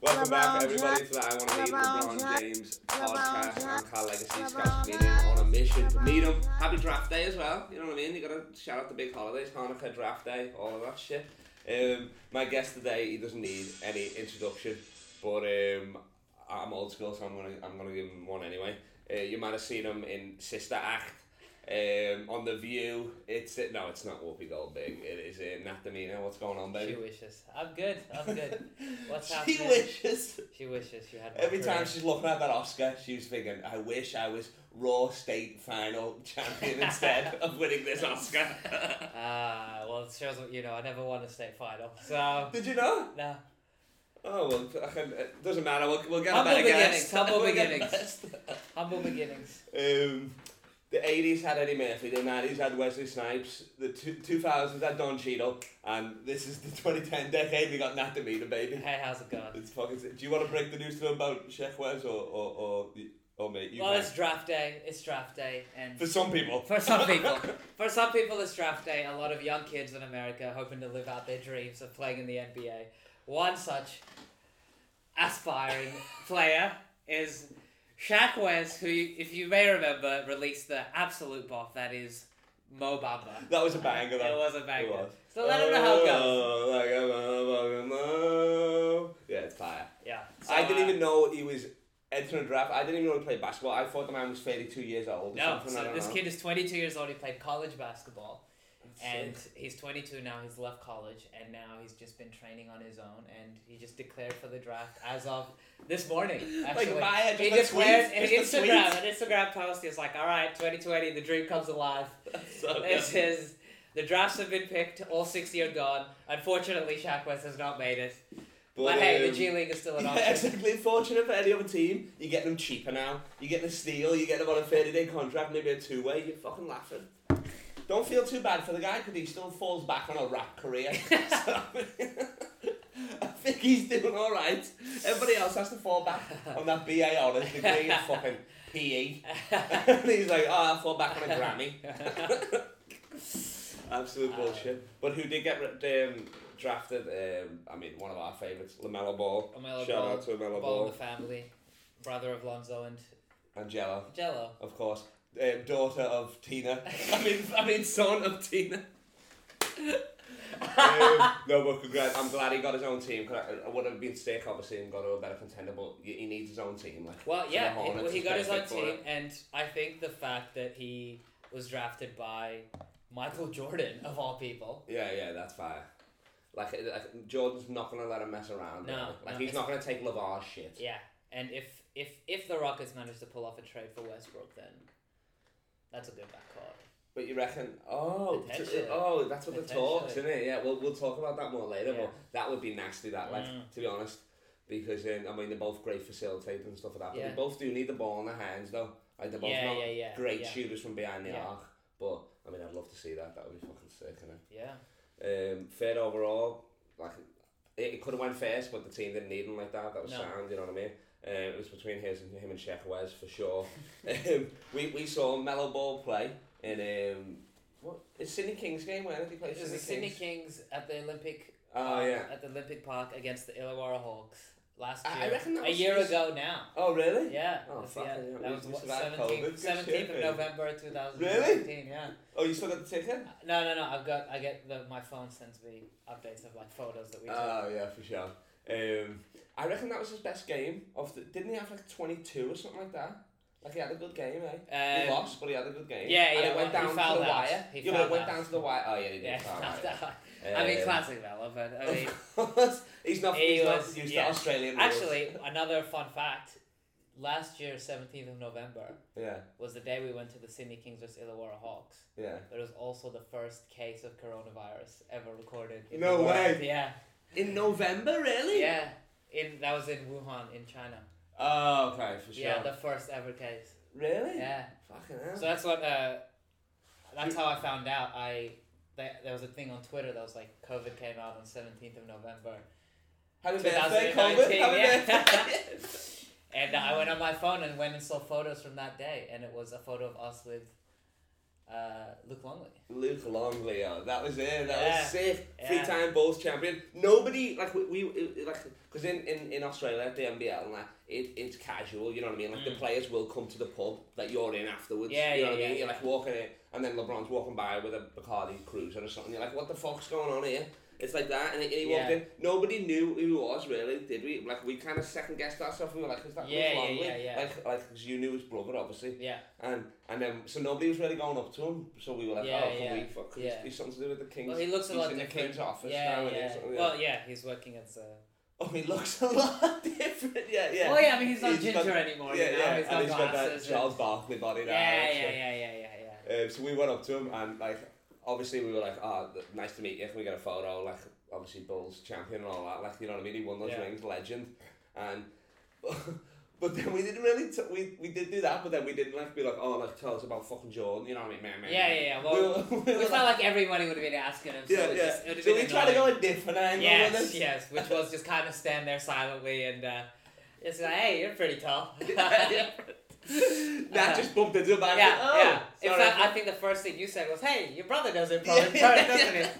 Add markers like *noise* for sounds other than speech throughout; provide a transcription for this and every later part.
Welcome back, LeBron everybody, James. to the I Want to Meet LeBron LeBron James LeBron podcast. I'm James. Kyle Legacy, LeBron Scottish comedian, on James. a mission to meet him. LeBron Happy draft day as well. You know what I mean? You gotta shout out the big holidays, Hanukkah, draft day, all of that shit. Um, my guest today, he doesn't need any introduction, but um, I'm old school, so I'm gonna I'm gonna give him one anyway. Uh, you might have seen him in Sister Act. Um, on the View, it's no, it's not Whoopi Goldberg. It is uh, Nat Demina. What's going on, She baby? wishes. I'm good. *laughs* I'm good. What's she happening? wishes. She wishes she had. my Every time career. she's looking at that Oscar, she's thinking, I wish I was Raw State Final Champion instead of winning this Oscar. *laughs* Ah, well, it shows what you know. I never won a state final, so Did you know? no. Oh, well, I can, it doesn't matter. We'll, we'll get Humble a better guest. beginnings, humble We'll get a beginnings. best. Humble beginnings. Um, the 80s had Eddie Murphy, the 90s had Wesley Snipes, the two, 2000s had Don Cheadle, and this is the *laughs* 2010 decade we got Nat Demita, *laughs* baby. Hey, how's it going? It's fucking, do you want to break the news to them about Chef Wes or, or, or, or mate? You well, can. it's draft day. It's draft day, and For some people. for *laughs* some people, for some people, it's draft day. A lot of young kids in America hoping to live out their dreams of playing in the NBA. One such *laughs* aspiring player is Shaq Wes, who, if you may remember, released the absolute bop that is Mo Bamba. That was a banger, It though. was a banger. was. So let him know how it goes. Oh, like I'm a fucking mo- Yeah, it's fire. Uh, Yeah. I didn't even know he was entering a draft. I didn't even know he played basketball. I thought the man was 32 years old or No, something. I so don't this know. kid is 22 years old. He played college basketball, That's and he's 22 now. He's left college, and now he's just been training on his own. And he just declared for the draft as of this morning. Actually, via just he a declared tweet, an just a tweet. Instagram, an Instagram post. He's like, "All right, 2020, the dream *laughs* comes alive." so *laughs* good. This is the drafts have been picked. All 60 are gone. Unfortunately, Shaq West has not made it. But, hey, um, the G League is still *laughs* an yeah, option. exactly. Fortunate for any other team, you're getting them cheaper now. You're getting a steal. You're getting them on a 30 day contract, maybe a two way. You're fucking laughing. Don't feel too bad for the guy because he still falls back on a rap career. So, *laughs* I think he's doing all right. Everybody else has to fall back on that BA honours degree in fucking PE. *laughs* and he's like, *laughs* oh, I fall back on a Grammy. *laughs* Absolute Uh, bullshit. But who did get ri- um, drafted? Um, I mean, one of our favourites, Lamelo Ball. Lamelo Shout Ball, out to Lamelo Ball in Ball. the family, brother of Lonzo and Angelo, Jello. of course. Um, daughter of Tina. *laughs* I mean, I mean, son of Tina. *laughs* um, no, but congrats. I'm glad he got his own team. 'cause I, I would have been sick, obviously, and got a better contender. But he he needs his own team. Like, Well, for the yeah, he, Hornets well, he is got his own perfect for team, it. and I think the fact that he was drafted by Michael *laughs* Jordan of all people. Yeah, yeah, that's fire. Like, it- like Jordan's not gonna let him mess around. No, really. like no, he's it's- not gonna take Lavar's shit. Yeah, and if if if the Rockets manage to pull off a trade for Westbrook, then that's a good backcourt. But you reckon? Oh, t- Potentially. oh, that's what the talks, isn't Potentially. it? Yeah, we'll we'll talk about that more later. Yeah. But that would be nasty. That, like, Mm. to be honest, because um, I mean they're both great facilitators and stuff like that. But they Yeah. both do need the ball in their hands, though. Like they're both Yeah, not yeah, yeah. great yeah, shooters from behind the Yeah. arc. But I mean, I'd love to see that. That would be fucking sick, innit? Yeah, Um, third overall, like it, it could have went first, but the team didn't need him like that. That was No. sound, you know what I mean? Um, it was between his and him and Sheikh Wes for sure. *laughs* um, we we saw Mellow Ball play in um, what it's Sydney Kings game where he played it was Sydney the Kings. Sydney Kings at the Olympic. Oh um, yeah. At the Olympic Park against the Illawarra Hawks last year. I- I reckon that a was- year ago now. Oh really? Yeah. Oh, that's- fucking yeah, hell. That We- was we what, survived 17th, COVID. Good shit, 17th of man. November 2019. Yeah. Oh, you still got the ticket? No, no, no. I've got. I get the my phone sends me updates of like photos that we took. Oh yeah, for sure. Um, I reckon that was his best game of the. Didn't he have like twenty two or something like that? Like he had a good game, eh? Um, he lost, but he had a good game. yeah, and yeah, It went well, down he to fouled the out. wire. He yeah, but it fouled went out. down to the wire. Oh yeah, he did. *laughs* Yeah, foul out, yeah. *laughs* I mean, Um, classic Vela, but *laughs* I mean, Of course, he's not. He He's not was- used yeah. to Australian. rules. actually, another fun fact. Last year, seventeenth of November, Yeah, was the day we went to the Sydney Kings versus Illawarra Hawks. yeah. But it was also the first case of coronavirus ever recorded. in No the world. way. Yeah, In November, really? yeah. In that was in Wuhan, in China. Oh, okay, for sure. Yeah, the first ever case. really? Yeah. Fucking hell. So that's what. Uh, that's how I found out. I th- there was a thing on Twitter that was like COVID came out on seventeenth of November, Happy two birthday, thousand COVID. nineteen. Happy birthday. *laughs* and I went on my phone and went and saw photos from that day, and it was a photo of us with uh, Luke Longley. Luke Longley, oh, that was it. That Yeah. was sick. Yeah. Three-time Bulls champion. Nobody like we, we it- like because in, in in Australia at the NBL and that it, it's casual. You know what I mean? Like the Mm. players will come to the pub that you're in afterwards. Yeah, you know what yeah, I yeah, mean? You're yeah. like walking in, and then LeBron's walking by with a Bacardi Cruiser or something. You're like, what the fuck's going on here? It's like that, and he walked Yeah. in. Nobody knew who he was really, did we? Like we kind of second guessed ourselves. We were like, is that Yeah, Luke yeah, Longley? yeah, yeah. Like like 'cause you knew his brother obviously. Yeah, And and then so nobody was really going up to him, so we were like, Yeah, oh, can yeah, we fuck? He's, yeah. he's something to do with the king's. well, he looks a he's lot in the different. king's office now, yeah, and yeah. he's- yeah. Well, yeah, he's working uh, as a. oh, he looks a *laughs* lot different. Yeah, yeah. Well, Oh, yeah, I mean, he's not He's ginger got- anymore. yeah, you know? yeah. He's and got he's got that glasses. and- Charles Barkley body now. yeah, and yeah, shit. yeah, yeah, yeah, yeah. Uh, so we went up to him and like obviously we were like, oh, th- nice to meet you. Can we get a photo? Like obviously Bulls champion and all that. Like you know what I mean? He won those Yeah. rings, legend. And *laughs* but then we didn't really t- we we did do that, but then we didn't like be like, oh, like tell us about fucking Jordan. You know what I mean, man? man, Yeah, man. yeah, yeah. Well, We were- we were it's not like everybody would have been asking him. So yeah, it yeah. Just, it would have so been we tried to annoying. go a different angle with Yes, it. *laughs* yes, which was just kind of stand there silently and uh, it's like, hey, you're pretty *laughs* tall. *laughs* Yeah. That just bumped into it. Uh-huh. Yeah, back. oh, yeah. In sorry. fact, I think the first thing you said was, "Hey, your brother does it, bro." Yeah, in turn, *laughs* doesn't yeah. it?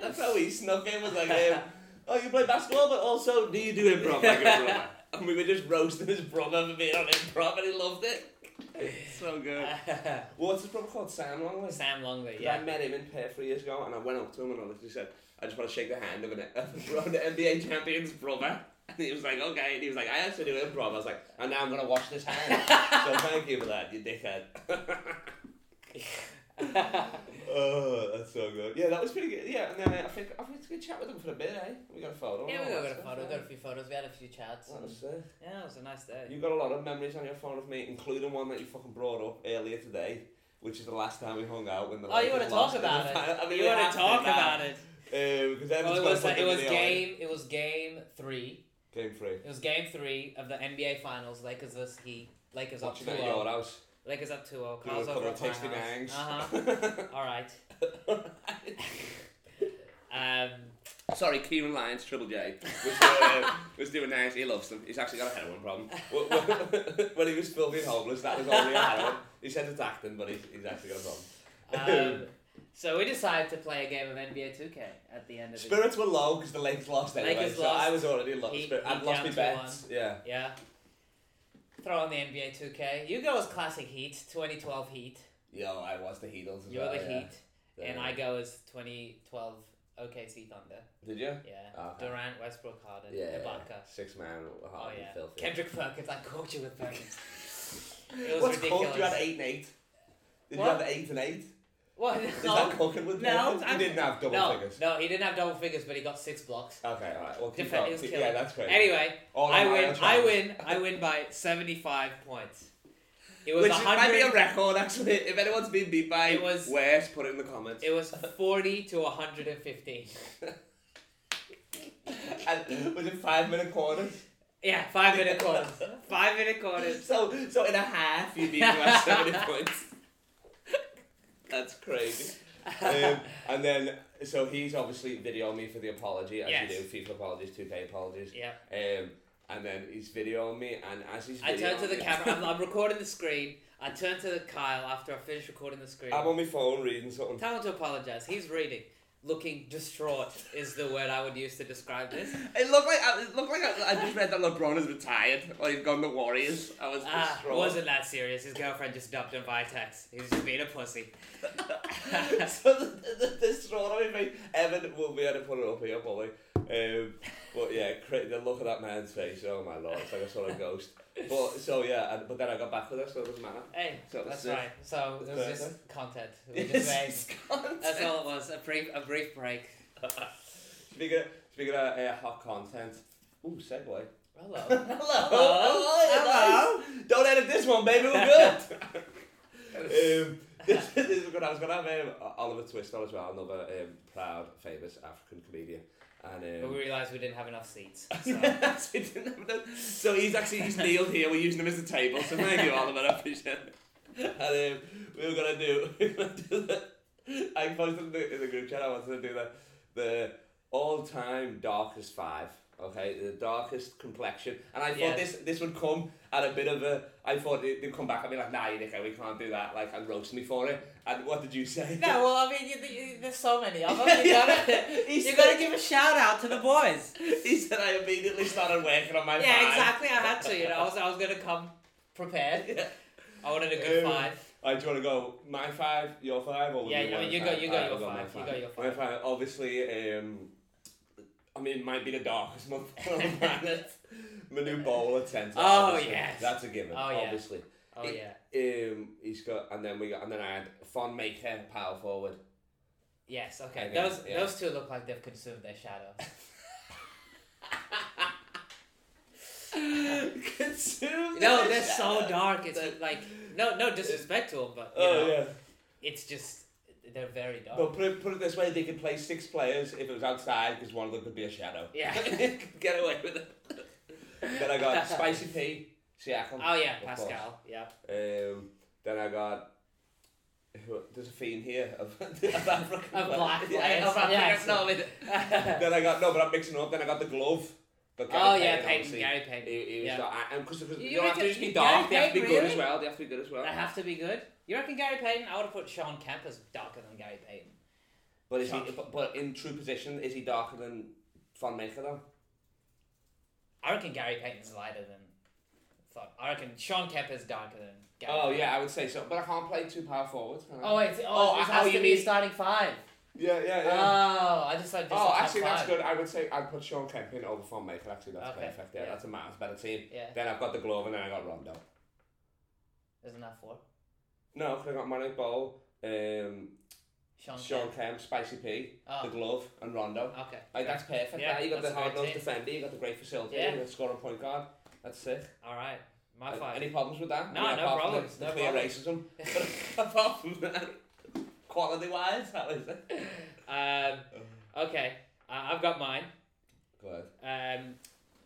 That's how he snuck in. Was like, um, *laughs* oh, you play basketball, but also do you *laughs* do improv like your brother? *laughs* And we were just roasting his brother for being on improv, and he loved it. *sighs* so good. Uh. What's his brother called? Sam Longley. *laughs* Sam Longley, Yeah. I yeah. met him in Perth three years ago, and I went up to him and I literally said, "I just want to shake the hand of an, of *laughs* an NBA champion's brother." And he was like, "Okay." And he was like, "I actually do improv." I was like, "And now I'm gonna wash this *laughs* hand." so thank you for that, you dickhead. oh, that's so good. Yeah, that was pretty good. Yeah, and then I think I think it's a good chat with him for a bit, eh? We got a photo. and Yeah, we all got that a stuff, photo, eh? got a few photos, we had a few chats. That and- was sick. Yeah, it was a nice day. You got a lot of memories on your phone of me, including one that you fucking brought up earlier today, which is the last time we hung out when the. Oh, you want want to talk *laughs* about it? I mean, you want to talk now. about it? Um, because Well, Evan's it got was something it was in the eye. game. It was game three. Game three. It was game three of the NBA Finals. Lakers versus Heat. Lakers up Watching 2 it at your house. Lakers up 2-0. Doing a Carl's couple over of at my tasty house. bangs. Uh-huh. All right. Um, *laughs* Sorry, Kieran Lyons, Triple J, was, *laughs* uh, was doing nice. He loves them. He's actually got a heroin problem. When- when- when he was filthy and homeless, that was only a heroin. He said it's acting, but he's, he's actually got a problem. um, so we decided to play a game of NBA 2K at the end of the Spirits were low because the Lakers lost anyway, Lakers so lost. I was already low. He- Spirit. he I'd lost my down bets. Yeah. Yeah. Throw on the NBA 2K. You go as classic Heat, 2012 Heat. Yo, I was the Heatles as You're well. the yeah. Heat, and I go as 2012 OKC Thunder. Did you? Yeah. Okay. Durant, Westbrook, Harden, Uh, Yeah. Ibaka. Six man, Oh hard yeah. and filthy. *laughs* Kendrick Perkins. I cooked you with Perkins. It was What's ridiculous. cooked? You had eight and eight. Did What? you have eight and *laughs* eight? what? Is No. that cooking with No, Perkins? I'm- You didn't have double no, figures. no, he didn't have double figures, but he got six blocks. Okay, alright. Well, keep Defend- going. it was Keep- killing. yeah, that's Oh, great. Anyway, All I on my win. own I channels. win. I win by 75 points. It was Which is- might be 100. a record, actually. If anyone's been beat by It was- Wes, put it in the comments. It was 40 to 115. and was it five minute quarters? Yeah, five minute *laughs* quarters. Five minute quarters. So, so in a half, you beat me by *laughs* seventy points. That's crazy. um, and then, so he's obviously videoing me for the apology, as Yes. you do, FIFA apologies, 2K apologies. *laughs* yeah. Um, and then he's videoing me, and as he's I turn videoing to the me- camera. I'm, I'm recording the screen. I turn to the Kyle after I finish recording the screen. *laughs* I'm on my phone reading something. Tell him to apologize. He's reading. Looking distraught is the word I would use to describe this. It looked like it looked like I, I just read that LeBron is retired or he's gone to Warriors. I was Ah, distraught. wasn't that serious. His girlfriend just dumped him via text. He's just being a pussy. so the, the, the distraught on me, Evan will be able to put it up here, probably. Um, but yeah, cra- the look at that man's face. Oh my lord, it's like I saw a ghost. But so yeah, and, but then I got back with her, so it doesn't matter. Hey, So that's it's, *laughs* uh, right. So it was it's *laughs* just content. We just made- It's content. That's all it was. A brief, a brief break. Speaking of, speaking of uh, hot content. Ooh, segue. *laughs* Hello. Hello. Hello. Hello. Don't edit this one, baby. We're *laughs* good. um, this, this is good. I was gonna have um, Oliver Twistall as well, another um, proud, famous African comedian, and But um, we realised we didn't have enough seats. So. Yes, we didn't have that. *laughs* so he's actually he's kneeled here. We're using him as a table. So thank you, Oliver. I appreciate it. And um, we were gonna do, *laughs* we were gonna do the, I posted in the, in the group chat. I wanted to do the the all time darkest five Okay, the darkest complexion, and I Yeah. thought this this would come at a bit of a. I thought they- they'd come back and be like, "Nah, you dickhead, we can't do that." Like, and roast me for it. And what did you say? *laughs* No, well, I mean, you, you, there's so many of them. You gotta, *laughs* *laughs* He you gotta said- give a shout out to the *laughs* boys. He said I immediately started working on my. Yeah, vibe. exactly. I had to. You know, I was, I was gonna come prepared. *laughs* Yeah. I wanted a good Um, five. Uh, do you want to go my five, your five, or Yeah, you I mean, want you my go- five? you go Alright, your I'll five, you go your My five, obviously. Um, I mean, it might be the darkest month *laughs* on *laughs* the planet. My new bowler tends. to, Oh, obviously. yes. that's a given. Oh, yeah. obviously. Oh it- yeah. Um, he's got, and then we got, and then I had Fon Maker, power forward. *laughs* Yes. Okay. Okay, Those yeah. those two look like they've consumed their *laughs* shadow. Consume. No, the they're shit. so dark. It's That- like no, no disrespect to them, but you Oh know, yeah. it's just they're very dark. But put it, put it this way, they could play six players if it was outside because one of them could be a shadow. Yeah. *laughs* *laughs* Could Get away with it. then I got Spicy P, Siakam. Oh yeah, Of course. Pascal. Yeah. Um, then I got. who- There's a theme here of, *laughs* of African. A black Yeah, player. of African- Yes. no, with- then I got no, but I'm mixing up. Then I got the glove. But Gary oh yeah, Peyton. obviously, Gary Peyton. He, he was Yeah. not- and because You you don't have to reckon- just be you- dark. Gary They have to be Payton, good as really? Uh-huh. well. They have to be good as well. They have to be good. You reckon Gary Payton? I would have put Sean Kemp as darker than Gary Payton. But is he? But, but in true position, is he darker than Von Maker though? I reckon Gary Payton's lighter than. Fuck. I reckon Sean Kemp is darker than. Gary Oh Payton. yeah, I would say so. But I can't play two power forwards. Can I? Oh wait. Oh, Oh, it how has you to be mean- starting five. yeah, yeah, Oh, I just like. This oh, is top actually, that's five. good. I would say I'd put Sean Kemp in over Von Maker. Actually, that's Okay, perfect. Yeah, yeah. that's a man's better team. Yeah. Then I've got the glove, and then I got Rondo. Isn't that four? No, 'cause I got Manic Bowl, um, Sean. Sean Kemp. Kemp, Spicy P, the Oh. glove, and Rondo. Okay. Like, that's perfect. Yeah, Yeah, you got that's the a great hard nosed team. defender, you got the great facility, Yeah. you got the scoring point guard. That's sick. All right. My Uh, five. Any problems with that? No, I mean, no apart from problems, The, no the clear problems. racism. *laughs* *laughs* But apart from that, quality wise, that was it. *laughs* *laughs* Um, okay, uh, I've got mine. Good. Um,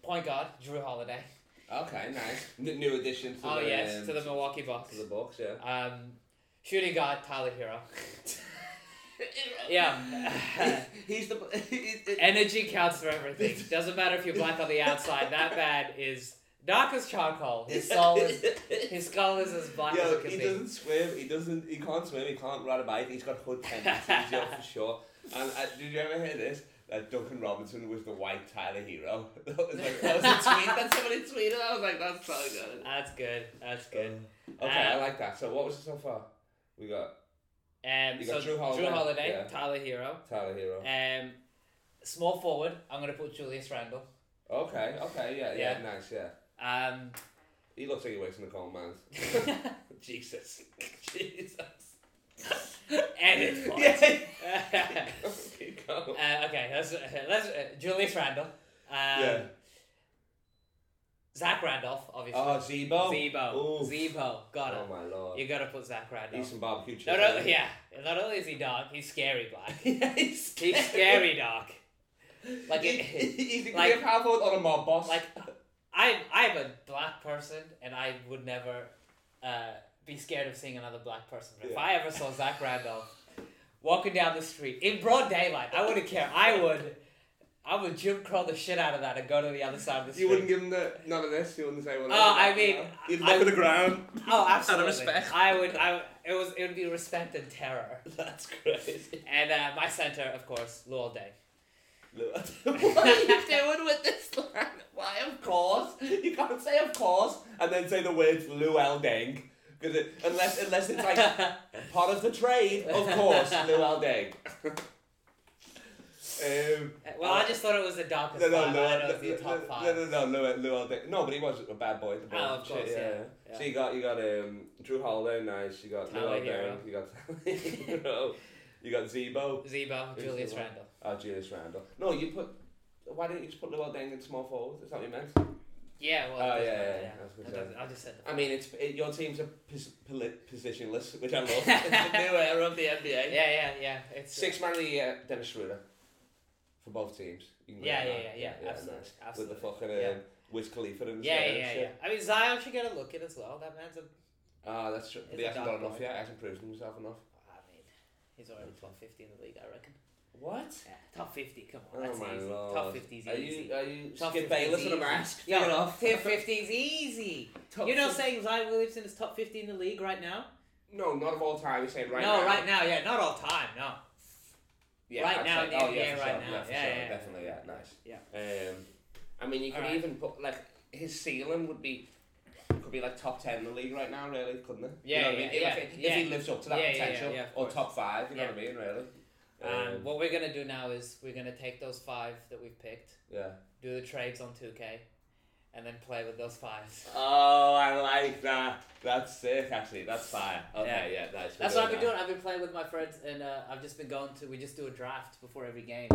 point guard, Drew Holiday. Okay, nice. N- new addition to Oh, the yes, um, to the Milwaukee Bucks. to the Bucks, yeah. Um, shooting guard, Tyler Hero. yeah. *laughs* He's the. he- he- Energy counts *laughs* for everything. Doesn't matter if you're black on the outside. That man is dark as charcoal. His *laughs* soul is, *laughs* his skull is as black as Yo, it can he be. doesn't swim. He doesn't. He can't swim. He can't ride a bike. He's got hood tendencies, yo, for sure. And uh, did you ever hear this? That Duncan Robinson was the white Tyler hero. *laughs* that, was like, that was a tweet that somebody tweeted. I was like, that's so good. Um, That's good. That's good. Okay, I Um, like that. So what was it so far? We got Um, You so got Drew Drew Holiday, Holiday, yeah. Tyler Hero. Tyler hero. Um, small forward, I'm gonna put Julius Randle. Okay, okay, yeah, yeah, nice, yeah. Um, *laughs* He looks like he works in the coal mines. *laughs* Jesus, *laughs* Jesus. *laughs* edit. Yeah. uh, Keep *laughs* going. okay, let's let's uh, Julius Randle. Um, Yeah. Zach Randolph, obviously. Oh, Zebo. Zebo. Oof. Zebo, got Oh him. my lord. You gotta put Zach Eat Randolph. some barbecue chicken. No, no, *laughs* yeah. Not only is he dark, he's scary black. he's He's *laughs* scary dark. Like He- it, he's a like- like, power forward or a mob boss. like I'm I'm a black person and I would never uh, be scared of seeing another black person. But if Yeah. I ever saw Zach Randolph walking down the street in broad daylight, I wouldn't care. I would I would Jim Crow the shit out of that and go to the other side of the street. you wouldn't give him the none of this. You wouldn't say well. Oh, I mean, you'd look I- at the *laughs* ground. oh, out of absolutely. respect. I would. I would, it was it would be respect and terror. That's crazy. And uh, my center, of course, Luol Day. what are *laughs* you doing with this line? Why, of course? You can't say of course and then say the words Luel Deng. Because it, unless unless it's like *laughs* part of the trade, of *laughs* course, Luel Deng. um, Uh, well, I just thought it was the darkest No, no, five. no, I know no, it's the top no, five. no, no, no, Lou- Lou Aldi- No, but he was a bad boy. at The Oh, ball. of course, Shit, yeah, yeah. So you got you got um, Drew Holiday, nice. You got Lou Tyler Alden, you got *laughs* Hero, you got Zebo, Zebo, Who's Julius the one? Randle. oh, Julius Randle. No, you put. Why didn't you just put Lou Alden in small forward? Is that what you meant? Yeah, well, Oh, it doesn't yeah, matter, yeah, I was gonna It say. doesn't- I just said. the I five. mean, it's it, your team's a pos- poli- positionless, which I *laughs* love. it's the new era of the NBA. Yeah, yeah, yeah. It's uh, Six man of the year, Dennis Schroeder, for both teams. You can Yeah, get yeah, that. yeah, yeah, absolutely, nice. absolutely. With the fucking um, Yeah. Wiz Khalifa in the Yeah, center yeah, and yeah, shit. yeah. I mean, Zion should get a look in as well. That man's a. Ah, that's true. It's But he a hasn't dark done enough boy. yet. He hasn't proven himself enough. I mean, he's already top fifty in the league, I reckon. What? Yeah, top 50, come on, Oh that's my easy. lord. Top 50's Are easy. you are you Top Skip 50 is Bayless in a easy. mask? Yo, Get off. top *laughs* 50's easy. Top you know, 50 saying Zion Williamson is top 50 in the league right now? no, not of all time. You're saying right no, now. right now, yeah, not all time, no. Yeah, Right I'd now say- in the oh, yeah, NBA for right sure, now. for Yeah, sure, yeah. definitely. Yeah, nice. Yeah. Um, I mean, you could Alright. even put like his ceiling would be could be like top ten in the league right now, really, couldn't it? Yeah, you know what I mean? yeah, if, yeah, if he yeah. lives up to that Yeah, yeah, yeah, potential, yeah, of or course. top five, you know what I mean, really. Um, what we're gonna do now is we're gonna take those five that we've picked, yeah. do the trades on 2K, and then play with those fives. Oh, I like that. That's sick, actually. That's fire. Okay, yeah, nice. We're That's what I've been that. doing. I've been playing with my friends, and uh, I've just been going to. We just do a draft before every game,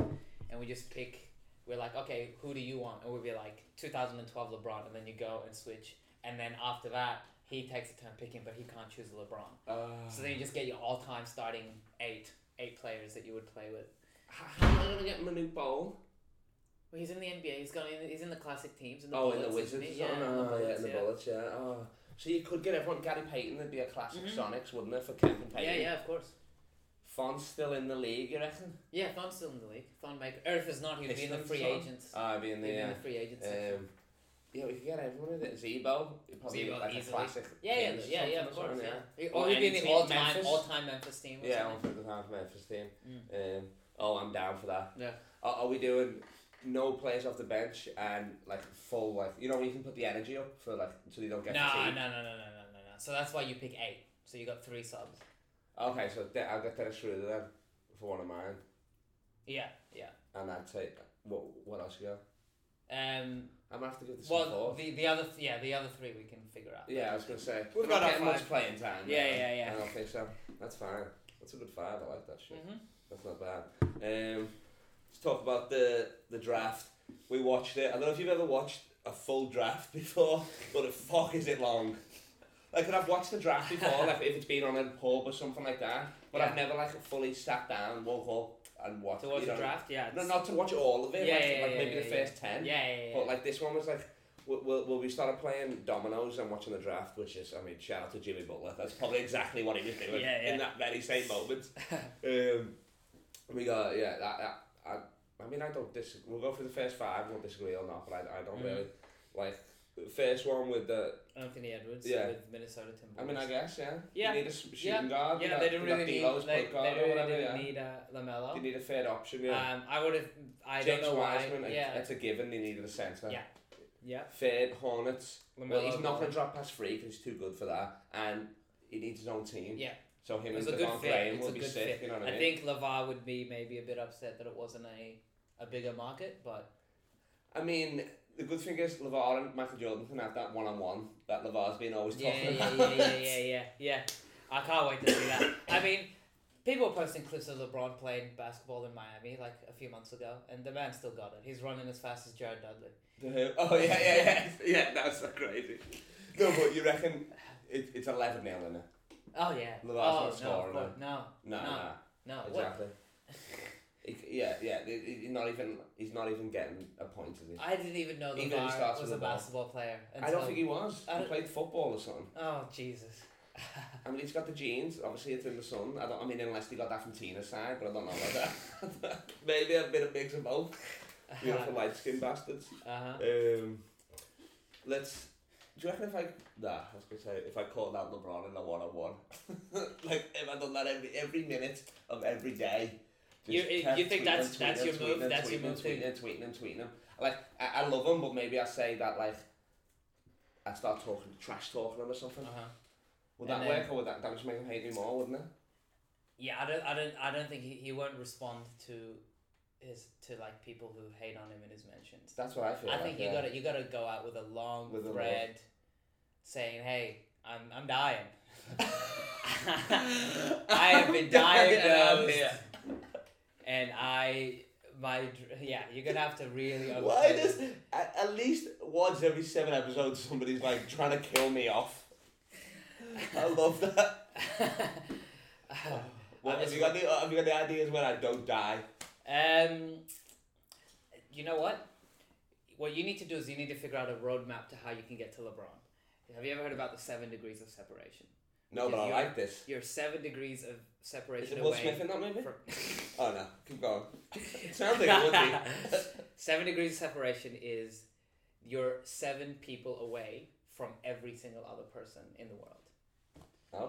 and we just pick. We're like, okay, who do you want? And we'll be like 2012 LeBron, and then you go and switch, and then after that, he takes a turn picking, but he can't choose LeBron. Uh, So then you just get your all-time starting eight, eight players that you would play with. how am I gonna get him a new bowl? Well, he's in the NBA. He's going. He's in the classic teams. In the oh, in Bullets, the isn't Wizards. he? Yeah, Yeah, oh, in the no, yeah, Bullets, in the yeah. Bullets. Yeah. Oh. So you could get everyone Gary Payton. There'd be a classic Sonics, wouldn't there, for Kevin Payton? Mm-hmm. Yeah, yeah, of course. Font's still in the league, you reckon? Yeah, Thon's still in the league. Thon Maker. Or if it's not, he would be in the Pistons, free Thon? agents. Ah, I mean, He'd be in yeah. the free agents. section. Um, yeah, we could get everyone in it. Zebo, it'd probably be Zebo, like easily. a classic. yeah, yeah, Kings yeah, yeah, of something or course. something, Oh, Yeah. Or Or he'd be in any the team, all-time, Memphis. all-time Memphis team. Or Yeah, something. one for the time Memphis team. Um, oh, I'm down for that. Mm. Yeah. Are, are we doing no players off the bench and like full like you know when you can put the energy up for like so you don't get No, no, fatigued? no, no, no, no, no, no. So that's why you pick eight. So you got three subs. Okay, so De- I'll get Dennis Schroeder then for one of mine, Yeah, yeah. and I'd take what what else you got? Um. I'm gonna have to give this some Well, thought. the the other yeah the other three we can figure out. Yeah, I was gonna say We've we're not got our getting much five. playing time. Yeah, man. yeah, yeah. I don't think so. That's fine. That's a good five. I like that shit. Mhm. That's not bad. Um, let's talk about the the draft. We watched it. I don't know if you've ever watched a full draft *laughs* before, but the fuck is it long. Like, and I've watched the draft before, like if it's been on a pub or something like that, but I've Yeah. never like fully sat down, woke up, and watched. To watch you the know. draft, yeah. No, it's- not to watch all of it. Yeah, like, yeah, like yeah, maybe yeah, the yeah. first ten. Yeah, yeah, yeah. But like this one was like, w- w- well, we started playing dominoes and watching the draft, which is, I mean, shout out to Jimmy Butler. That's probably exactly what he was doing *laughs* Yeah, yeah. in that very same *laughs* moment. um, we got yeah. That, that, I, I mean, I don't disagree. We'll go through the first five. We'll disagree or not, but I, I don't Mhm. really like the first one with the. Anthony Edwards Yeah. with Minnesota Timberwolves. I mean, I guess yeah. Yeah. You need a s- shooting Yeah. guard. you yeah, got, they didn't you really need got D'Lo's they, point they guard really or whatever. didn't yeah. need uh, Lamelo. You need a third option. Yeah. Um, I would have. I James don't know why. Wiseman. it- yeah, It's a given. They needed a centre. Yeah. yeah. Third Hornets. Well, he's not LaMelo going Ball. to drop past three because he's too good for that, and he needs his own team. Yeah. So him It's a and good Devon fit. Graham It's will a be good sick. fit. You know what I I mean? think Lavar would be maybe a bit upset that it wasn't a, a bigger market, but I mean, the good thing is Levar and Michael Jordan can have that one-on-one that Levar's been always yeah, talking yeah, yeah, about. yeah, yeah, yeah, yeah. I can't wait to see that. I mean, people were posting clips of LeBron playing basketball in Miami like a few months ago, and the man still got it. He's running as fast as Jared Dudley. *laughs* The who- Oh yeah, yeah, yeah, *laughs* yeah. That's so crazy. No, but you reckon it, it's eleven nil, isn't it? Oh yeah. LaVar's not oh no, scoring of course- no, No, No. no, no. What? exactly. He- yeah, yeah. he- he- He's not even. He's not even getting a point, is he? I didn't even know Even if he Lavar starts was with a the ball. basketball player. I until- don't think he was. I He don't- played football or something. Oh Jesus. I mean, he's got the jeans. Obviously, it's in the sun. I don't. I mean, unless he got that from Tina's side, but I don't know about that. *laughs* Maybe a bit of mix of both. Beautiful light skinned bastards. *laughs* Uh-huh. Um, let's. Do you reckon if I nah, I was gonna say if I called out LeBron in a one on one, *laughs* like if I done that every every minute of every day. just You- you kept think tweeting, that's- that's tweeting, your move? tweeting, That's your tweeting, move to- Tweeting, tweeting, tweeting, tweeting. Like I, I love him, but maybe I say that like I start talking trash talking him or something. Uh-huh. Would And that then- work, or would that that would just make him hate me more, wouldn't it? Yeah, I don't, I don't, I don't think he, he won't respond to his to like people who hate on him in his mentions. That's what I feel. I like, think you yeah. *laughs* gotta *laughs* you gotta go out with a long With a thread, saying, "Hey, I'm *laughs* I'm dying. I *laughs* have been Yeah, I'm diagnosed, here. and I my dr- yeah, you're gonna have to really. Why overplay does this. at, at least once every seven episodes somebody's like trying to kill me off? I love *laughs* that. Well, I have just- you got the have you got the ideas when I don't die? Um, you know what? What you need to do is you need to figure out a roadmap to how you can get to LeBron. Have you ever heard about the seven degrees of separation? No, but I Yeah. like this. You're seven degrees of Is separation it Will away. Smith in that movie? from- Oh no, keep going. It sounds like it would be. *laughs* *laughs* seven degrees of separation is you're seven people away from every single other person in the world.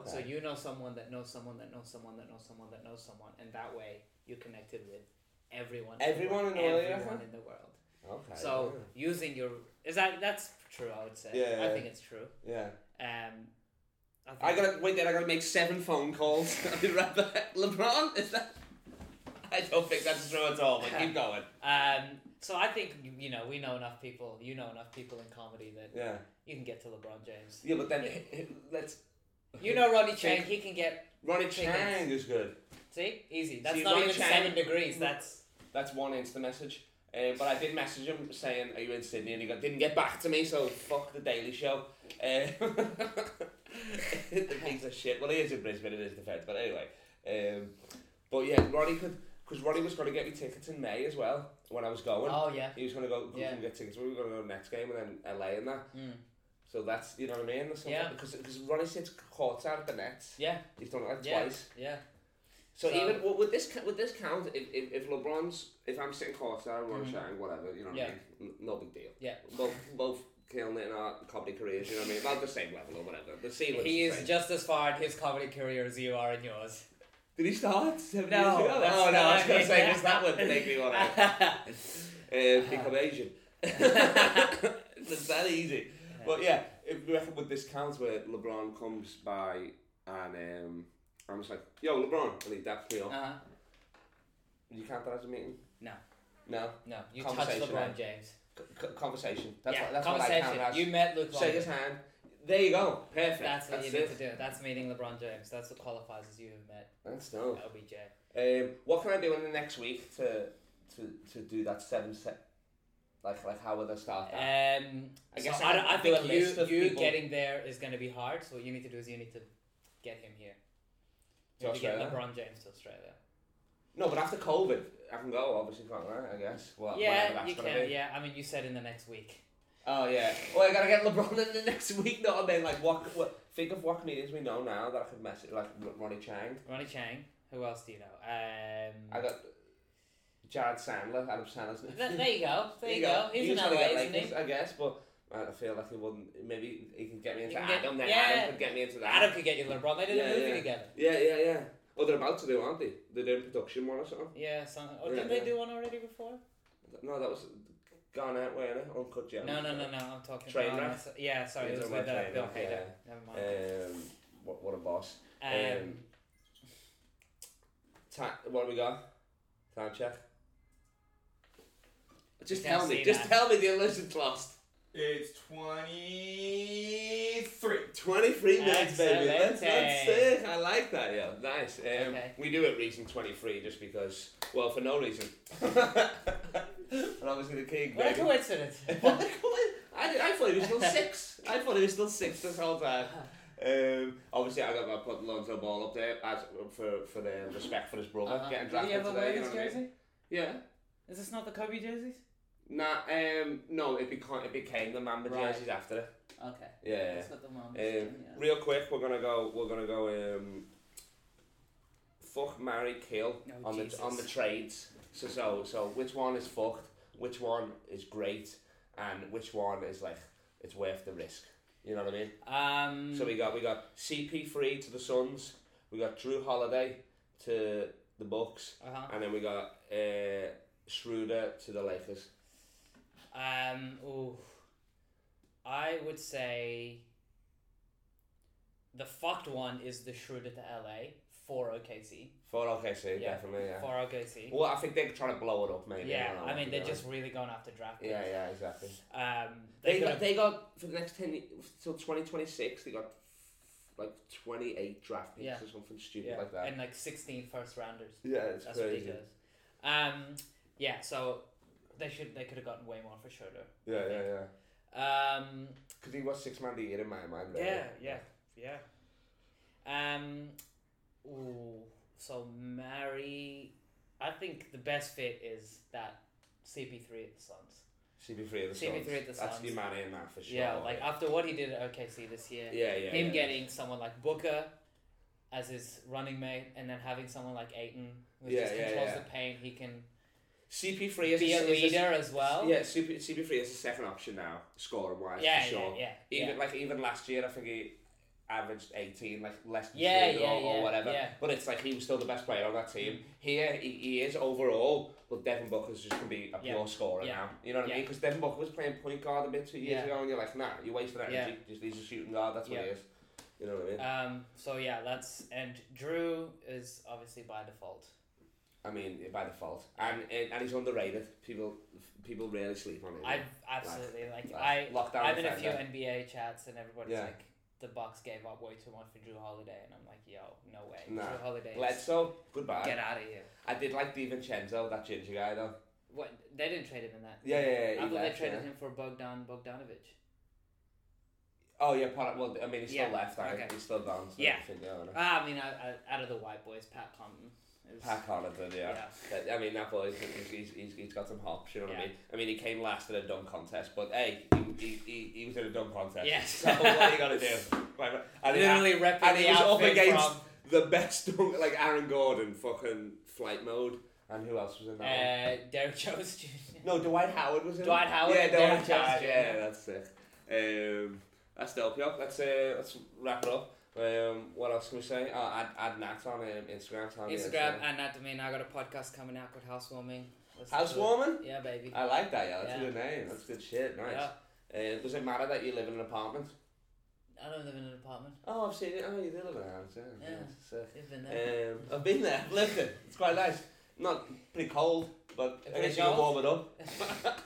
Okay. So you know someone that knows someone that knows someone that knows someone that knows someone, and that way you're connected with everyone. Everyone in the world, yeah. everyone in the world. okay. So using your is that that's true. I would say. Yeah, I yeah. think it's true. yeah. Um, I, think I gotta wait there. I gotta make seven phone calls. *laughs* I'll be right back. LeBron, is that? I don't think that's true at all. But keep going. Um, so I think you- you know we know enough people. You know enough people in comedy that Yeah. you can get to *laughs* LeBron James. Yeah, but then let's. You know Ronnie Chang. Think- He can get Ronnie Think Chang is good. see easy. That's See, Mm. not Ronnie even Chang- seven degrees. That's That's one Insta message. Uh, but I did message him saying, "Are you in Sydney?" And he got, didn't get back to me. So fuck the Daily Show. Uh, *laughs* the piece of shit. Well, he is in Brisbane in his defence, but anyway. Um, but yeah, Ronnie could because Ronnie was gonna get me tickets in May as well when I was going. oh yeah. He was gonna go Yeah. and get tickets. We were gonna go next game and then LA and that. Mm. So that's you know what I mean. That's Yeah. Because because Ronnie sits courts out at the nets. Yeah. He's done it like Yeah. twice. Yeah. So, So- even would- would this ca- would this count if, if, if LeBron's if I'm sitting courtside, Ron Mhm. Shang, whatever, you know what Yeah. I mean? N- No big deal. Yeah. Both both killing it in our comedy careers, you know what I mean? About the same level or whatever. The sea was He the is same. just as far in his comedy career as you are *laughs* in yours. Did he start seven No, years ago? that's Oh no, I was not- gonna say because that would make me want *laughs* to uh, become *laughs* Asian. it's that easy. But yeah, if we reckon with this count where LeBron comes by and um, I'm just like, yo, LeBron, and he daps me up. uh, You count that as a meeting? No. No? no, you touched Conversation, LeBron eh? James. C- c- conversation. That's yeah, what, that's conversation. what I count as. you met LeBron. Shake his hand. There you go. Perfect. That's what you it. need to do. That's meeting LeBron James. That's what qualifies as you have met That's no. LBJ. Um, what can I do in the next week to to, to do that seven set? Like like how would I start that? Um, I I guess guess I I, have don't- I to do a think list you, of you people. getting there is going to be hard. So what you need to do is you need to get him here. You To need to get Australia? LeBron James to Australia. no, but after COVID, I can go. Obviously, can't I? I guess. Well, whatever yeah, that's you gonna can. be. Yeah, I mean, you said in the next week. Oh yeah. Well, I gotta get LeBron *laughs* in the next week. No, I mean like what? What? Think of what comedians we know now that I could message, like R- Ronnie Chang. Ronnie Chang. Who else do you know? Um, I got Jared Sandler, Adam Sandler's. Th- *laughs* there you go. There you, go. He's He in was trying to LA, get isn't Lakers, he? I guess, but I I feel like he wouldn't. Maybe he can get me into can get- Adam. Then yeah. Adam could get me into that. Adam could get you LeBron. They did Yeah, a movie yeah. together. Yeah, yeah, yeah. Oh, they're about to do, aren't they? They're doing production one or something. Yeah, some, or Yeah, didn't yeah. they do one already before? No, that was gone out weren't it? Uncut Gems. No, no, no, no. I'm talking. Train about- wreck? so- Yeah, sorry, You're it was talking with about uh, train Bill wreck, Hader. yeah. Never mind. Um, what, what a boss. Um, um, Ta- what have we got? Time check. Just can't tell me. see Just that. tell me the listen's lost. It's 23. 23 minutes, baby. That's, that's Excelente. it. I like that, yeah. Nice. Um, Okay. We do it reason 23 just because, well, for no reason. *laughs* and obviously the king, what a baby. coincidence. *laughs* *laughs* What a coinc- I, did- I thought he was still six. I thought he was still six this whole time. Um, obviously, I got my put Lonzo Ball up there as, for for the respect for his brother Uh-huh. getting Did he drafted ever today. wear you this know what I mean? jersey? Yeah. Is this not the Kobe jerseys? Nah. Um, no, it became it became the Mamba Right. jerseys after it. Okay. Yeah. It's got the mom. Um, Real quick, we're gonna go. We're gonna go. Um, fuck, marry, kill Oh, on Jesus. the on the trades. So so so, which one is fucked? Which one is great? And which one is like it's worth the risk? You know what I mean? Um, So we got we got CP three to the Suns. We got Drew Holiday to the Bucks, Uh-huh. and then we got uh, Schroeder to the Lakers. Um, ooh. I would say the fucked one is the Schroeder to LA for OKC. For OKC, Yeah, definitely. Yeah. For OKC. Well, I think they're trying to blow it up, maybe. yeah, don't know, I mean, they're you know. just really going after draft picks. Yeah, yeah, exactly. Um, They, they, got, could've- they got for the next ten ye- till twenty twenty six. They got like twenty eight draft picks Yeah. or something stupid yeah, like that. and like 16 first rounders. yeah, it's That's crazy. ridiculous. Um, yeah, so they should they could have gotten way more for Schroeder. Yeah, yeah, yeah. Um, Because he was six man of the year in my mind. Really. Yeah, yeah, yeah. Um, ooh, so marry. I think the best fit is that CP3 at the Suns. CB3 of the Suns. CB3 of the That's the Suns. man in that for sure. yeah, like after what he did at OKC this year, yeah, yeah. him yeah. getting someone like Booker as his running mate, and then having someone like Aiton who Yeah, just yeah, controls yeah. the paint. He can CP3 is be a is leader as well. Yeah, CP, CP3 is a second option now, scoring wise yeah, for sure. yeah, yeah, Even like even last year, I think he averaged eighteen, like less than Yeah, Schroeder yeah, or, or yeah, whatever. yeah. Mm. But it's like he was still the best player on that team. Here, he, he is overall, but Devin Booker's just gonna be a Yeah. pure scorer Yeah. now. You know what I Yeah. mean? Because Devin Booker was playing point guard a bit two years Yeah. ago, and you're like, nah, you're wasting energy. Yeah. Just he's a shooting guard. That's what he Yeah. is. You know what I mean? yeah. Um. So yeah, that's and Drew is obviously by default. I mean by default, and and, and he's underrated. People people really sleep on him. I've absolutely like, Like, I. lockdown. I'm in a few defender. NBA chats and everybody's Yeah. like, the Bucks gave up way too much for Drew Holiday, and I'm like, yo, no way, Nah. Drew Holiday, is- Bledsoe, goodbye. get out of here. I did like DiVincenzo, that ginger guy though. What they didn't trade him in that. Yeah, yeah, yeah. I he thought they left, traded yeah. him for Bogdan Bogdanovic. Oh yeah, part well, I mean, he's still Yeah, left. I okay. He's still down. So Yeah. I think, yeah, I know. Ah, I mean, I, I, out of the white boys, Pat Compton. Is, Pat Connaughton, yeah. Yeah. But, I mean, that boy, he's, he's, he's, he's got some hops, you know what I Yeah. mean? I mean, he came last in a dumb contest, but hey, he, he, he, he was in a dumb contest. *laughs* Yes. So what are you going to do? Right, right. And he- Literally repping and he the was up outfit against from, the best, dunk- like Aaron Gordon, fucking flight mode. And who else was in that one? uh, Derrick Jones Jr. No, Dwight Howard was in Dwight it. Howard Yeah, and Dwight Derrick Howard. Jones Jr.. Yeah, that's it. Um, that's dope, yo. Let's uh, let's wrap it up. Um, what else can we say? Oh, add add Nat on um, Instagram. tell me Instagram and at Domain. I got a podcast coming out called Housewarming. Let's do it. Housewarming. Yeah, baby. I like that, yeah. That's a Yeah. good name. That's good shit. Nice. Yeah. Uh, does it matter that you live in an apartment? I don't live in an apartment. Oh, I've seen it. Oh, you do live in a house. Yeah. Yeah. That's sick. I've been there. Um, I've been there. Listen, it's quite nice. Not pretty cold, but I Pretty guess you can cold? warm it up.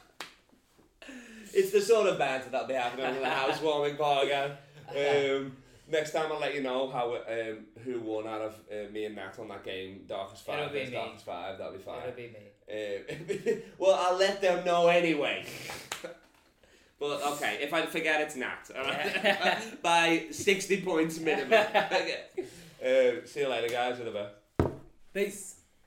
*laughs* it's the sort of banter that'll be happening in the *laughs* housewarming program. Um, next time I'll let you know how um, who won out of uh, me and Nat on that game. Darkest five. It'll be against me. Darkest five. That'll be fine. It'll be me. Um, *laughs* well, I'll let them know anyway. *laughs* but okay, if I forget, it's not. All right? By Uh, 60 points minimum. okay. Um, see you later, guys. Whatever. Peace.